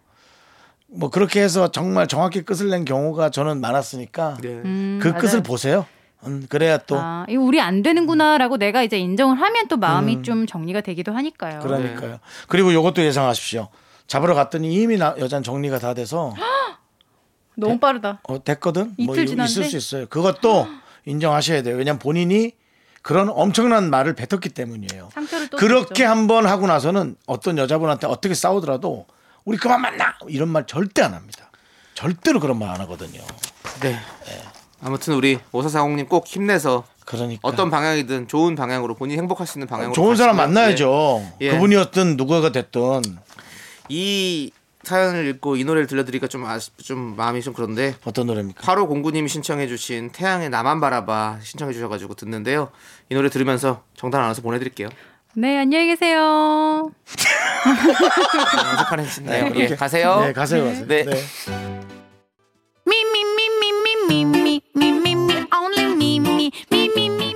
뭐 그렇게 해서 정말 정확히 끝을 낸 경우가 저는 많았으니까 그 끝을
음, 맞아요.
보세요. 음, 그래야 또
아, 이거 우리 안 되는구나라고 내가 이제 인정을 하면 또 마음이 좀 정리가 되기도 하니까요.
그러니까요. 그리고 요것도 예상하십시오. 잡으러 갔더니 이미 나, 여잔 정리가 다 돼서
너무
네.
빠르다.
어, 됐거든. 뭐
이틀
이거 있을
지났는데?
수 있어요. 그것도 인정하셔야 돼요. 왜냐면 본인이 그런 엄청난 말을 뱉었기 때문이에요.
상처를 또
그렇게
줬죠.
한번 하고 나서는 어떤 여자분한테 어떻게 싸우더라도 우리 그만 만나 이런 말 절대 안 합니다. 절대로 그런 말 안 하거든요.
네. 아무튼 우리 오사사공님 꼭 힘내서
그러니까
어떤 방향이든 좋은 방향으로 본인 행복할 수 있는 방향으로
좋은 사람
가시면,
만나야죠.
예. 예.
그분이었든 누가가 됐든
예. 이 사연을 읽고 이 노래를 들려드리니까 좀, 아쉽, 좀 마음이 좀 그런데
어떤 노래입니까?
8호 공구님이 신청해주신 태양의 나만 바라봐 신청해주셔가지고 듣는데요. 이 노래 들으면서 정단 안아서 보내드릴게요.
네, 안녕히 계세요.
연습하는 신네요. 예,
그렇게.
가세요.
네 가세요 가세요.
네.
네.
me me me me me me me me me only me me me me me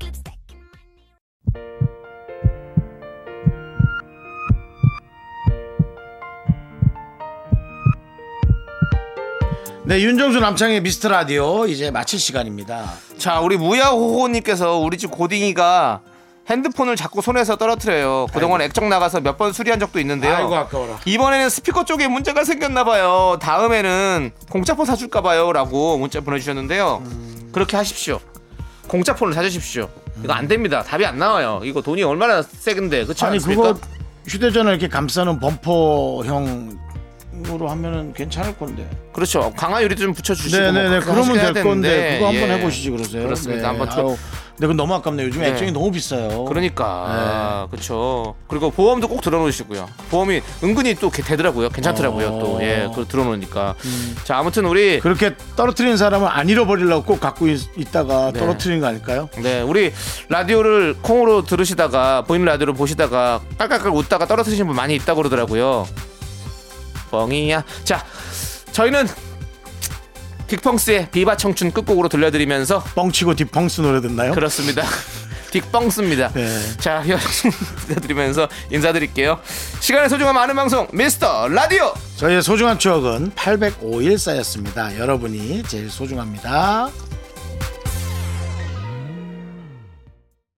네, 윤정수 남창의 미스터 라디오 이제 마칠 시간입니다.
자, 우리 무야호호님께서 우리 집 고딩이가 핸드폰을 자꾸 손에서 떨어뜨려요. 그동안 액정 나가서 몇 번 수리한 적도 있는데요.
아이고, 아까워라.
이번에는 스피커 쪽에 문제가 생겼나 봐요. 다음에는 공짜폰 사줄까 봐요라고 문자 보내주셨는데요.
음.
그렇게 하십시오. 공짜폰을 사주십시오. 이거 안 됩니다. 답이 안 나와요. 이거 돈이 얼마나 세근데 그렇지
아니
않습니까?
그거 휴대전화 이렇게 감싸는 범퍼형으로 하면은 괜찮을 건데.
그렇죠. 강화유리 좀 붙여주시고
네네네.
뭐 그런
그러면
식으로 해야
될 건데
되는데,
그거 한번
예.
해보시지 그러세요.
그렇습니다.
네.
한번 저-
아유, 근데 그건 너무 아깝네. 요 요즘
네.
액정이 너무 비싸요.
그러니까
네.
그렇죠. 그리고 보험도 꼭 들어놓으시고요. 보험이 은근히 또 이렇게 되더라고요. 괜찮더라고요.
어. 음.
또 예, 그 들어놓으니까. 자 아무튼 우리
그렇게 떨어뜨린 사람은 안 잃어버리려고 꼭 갖고 있, 다가
네.
떨어뜨린 거 아닐까요?
네 우리 라디오를 콩으로 들으시다가 보이는 라디오를 보시다가 깔깔깔 웃다가 떨어뜨리신 분 많이 있다고 그러더라고요. 뻥이야. 자 저희는 빅펑스의 비바 청춘 끝곡으로 들려드리면서
뻥치고 뒷펑스 노래 듣나요?
그렇습니다. 빅뻥스입니다.
네.
자, 여러분들드리면서 인사드릴게요. 시간의 소중함 아는 방송 미스터 라디오.
저희의 소중한 추억은 805일 쌓였습니다. 여러분이 제일 소중합니다.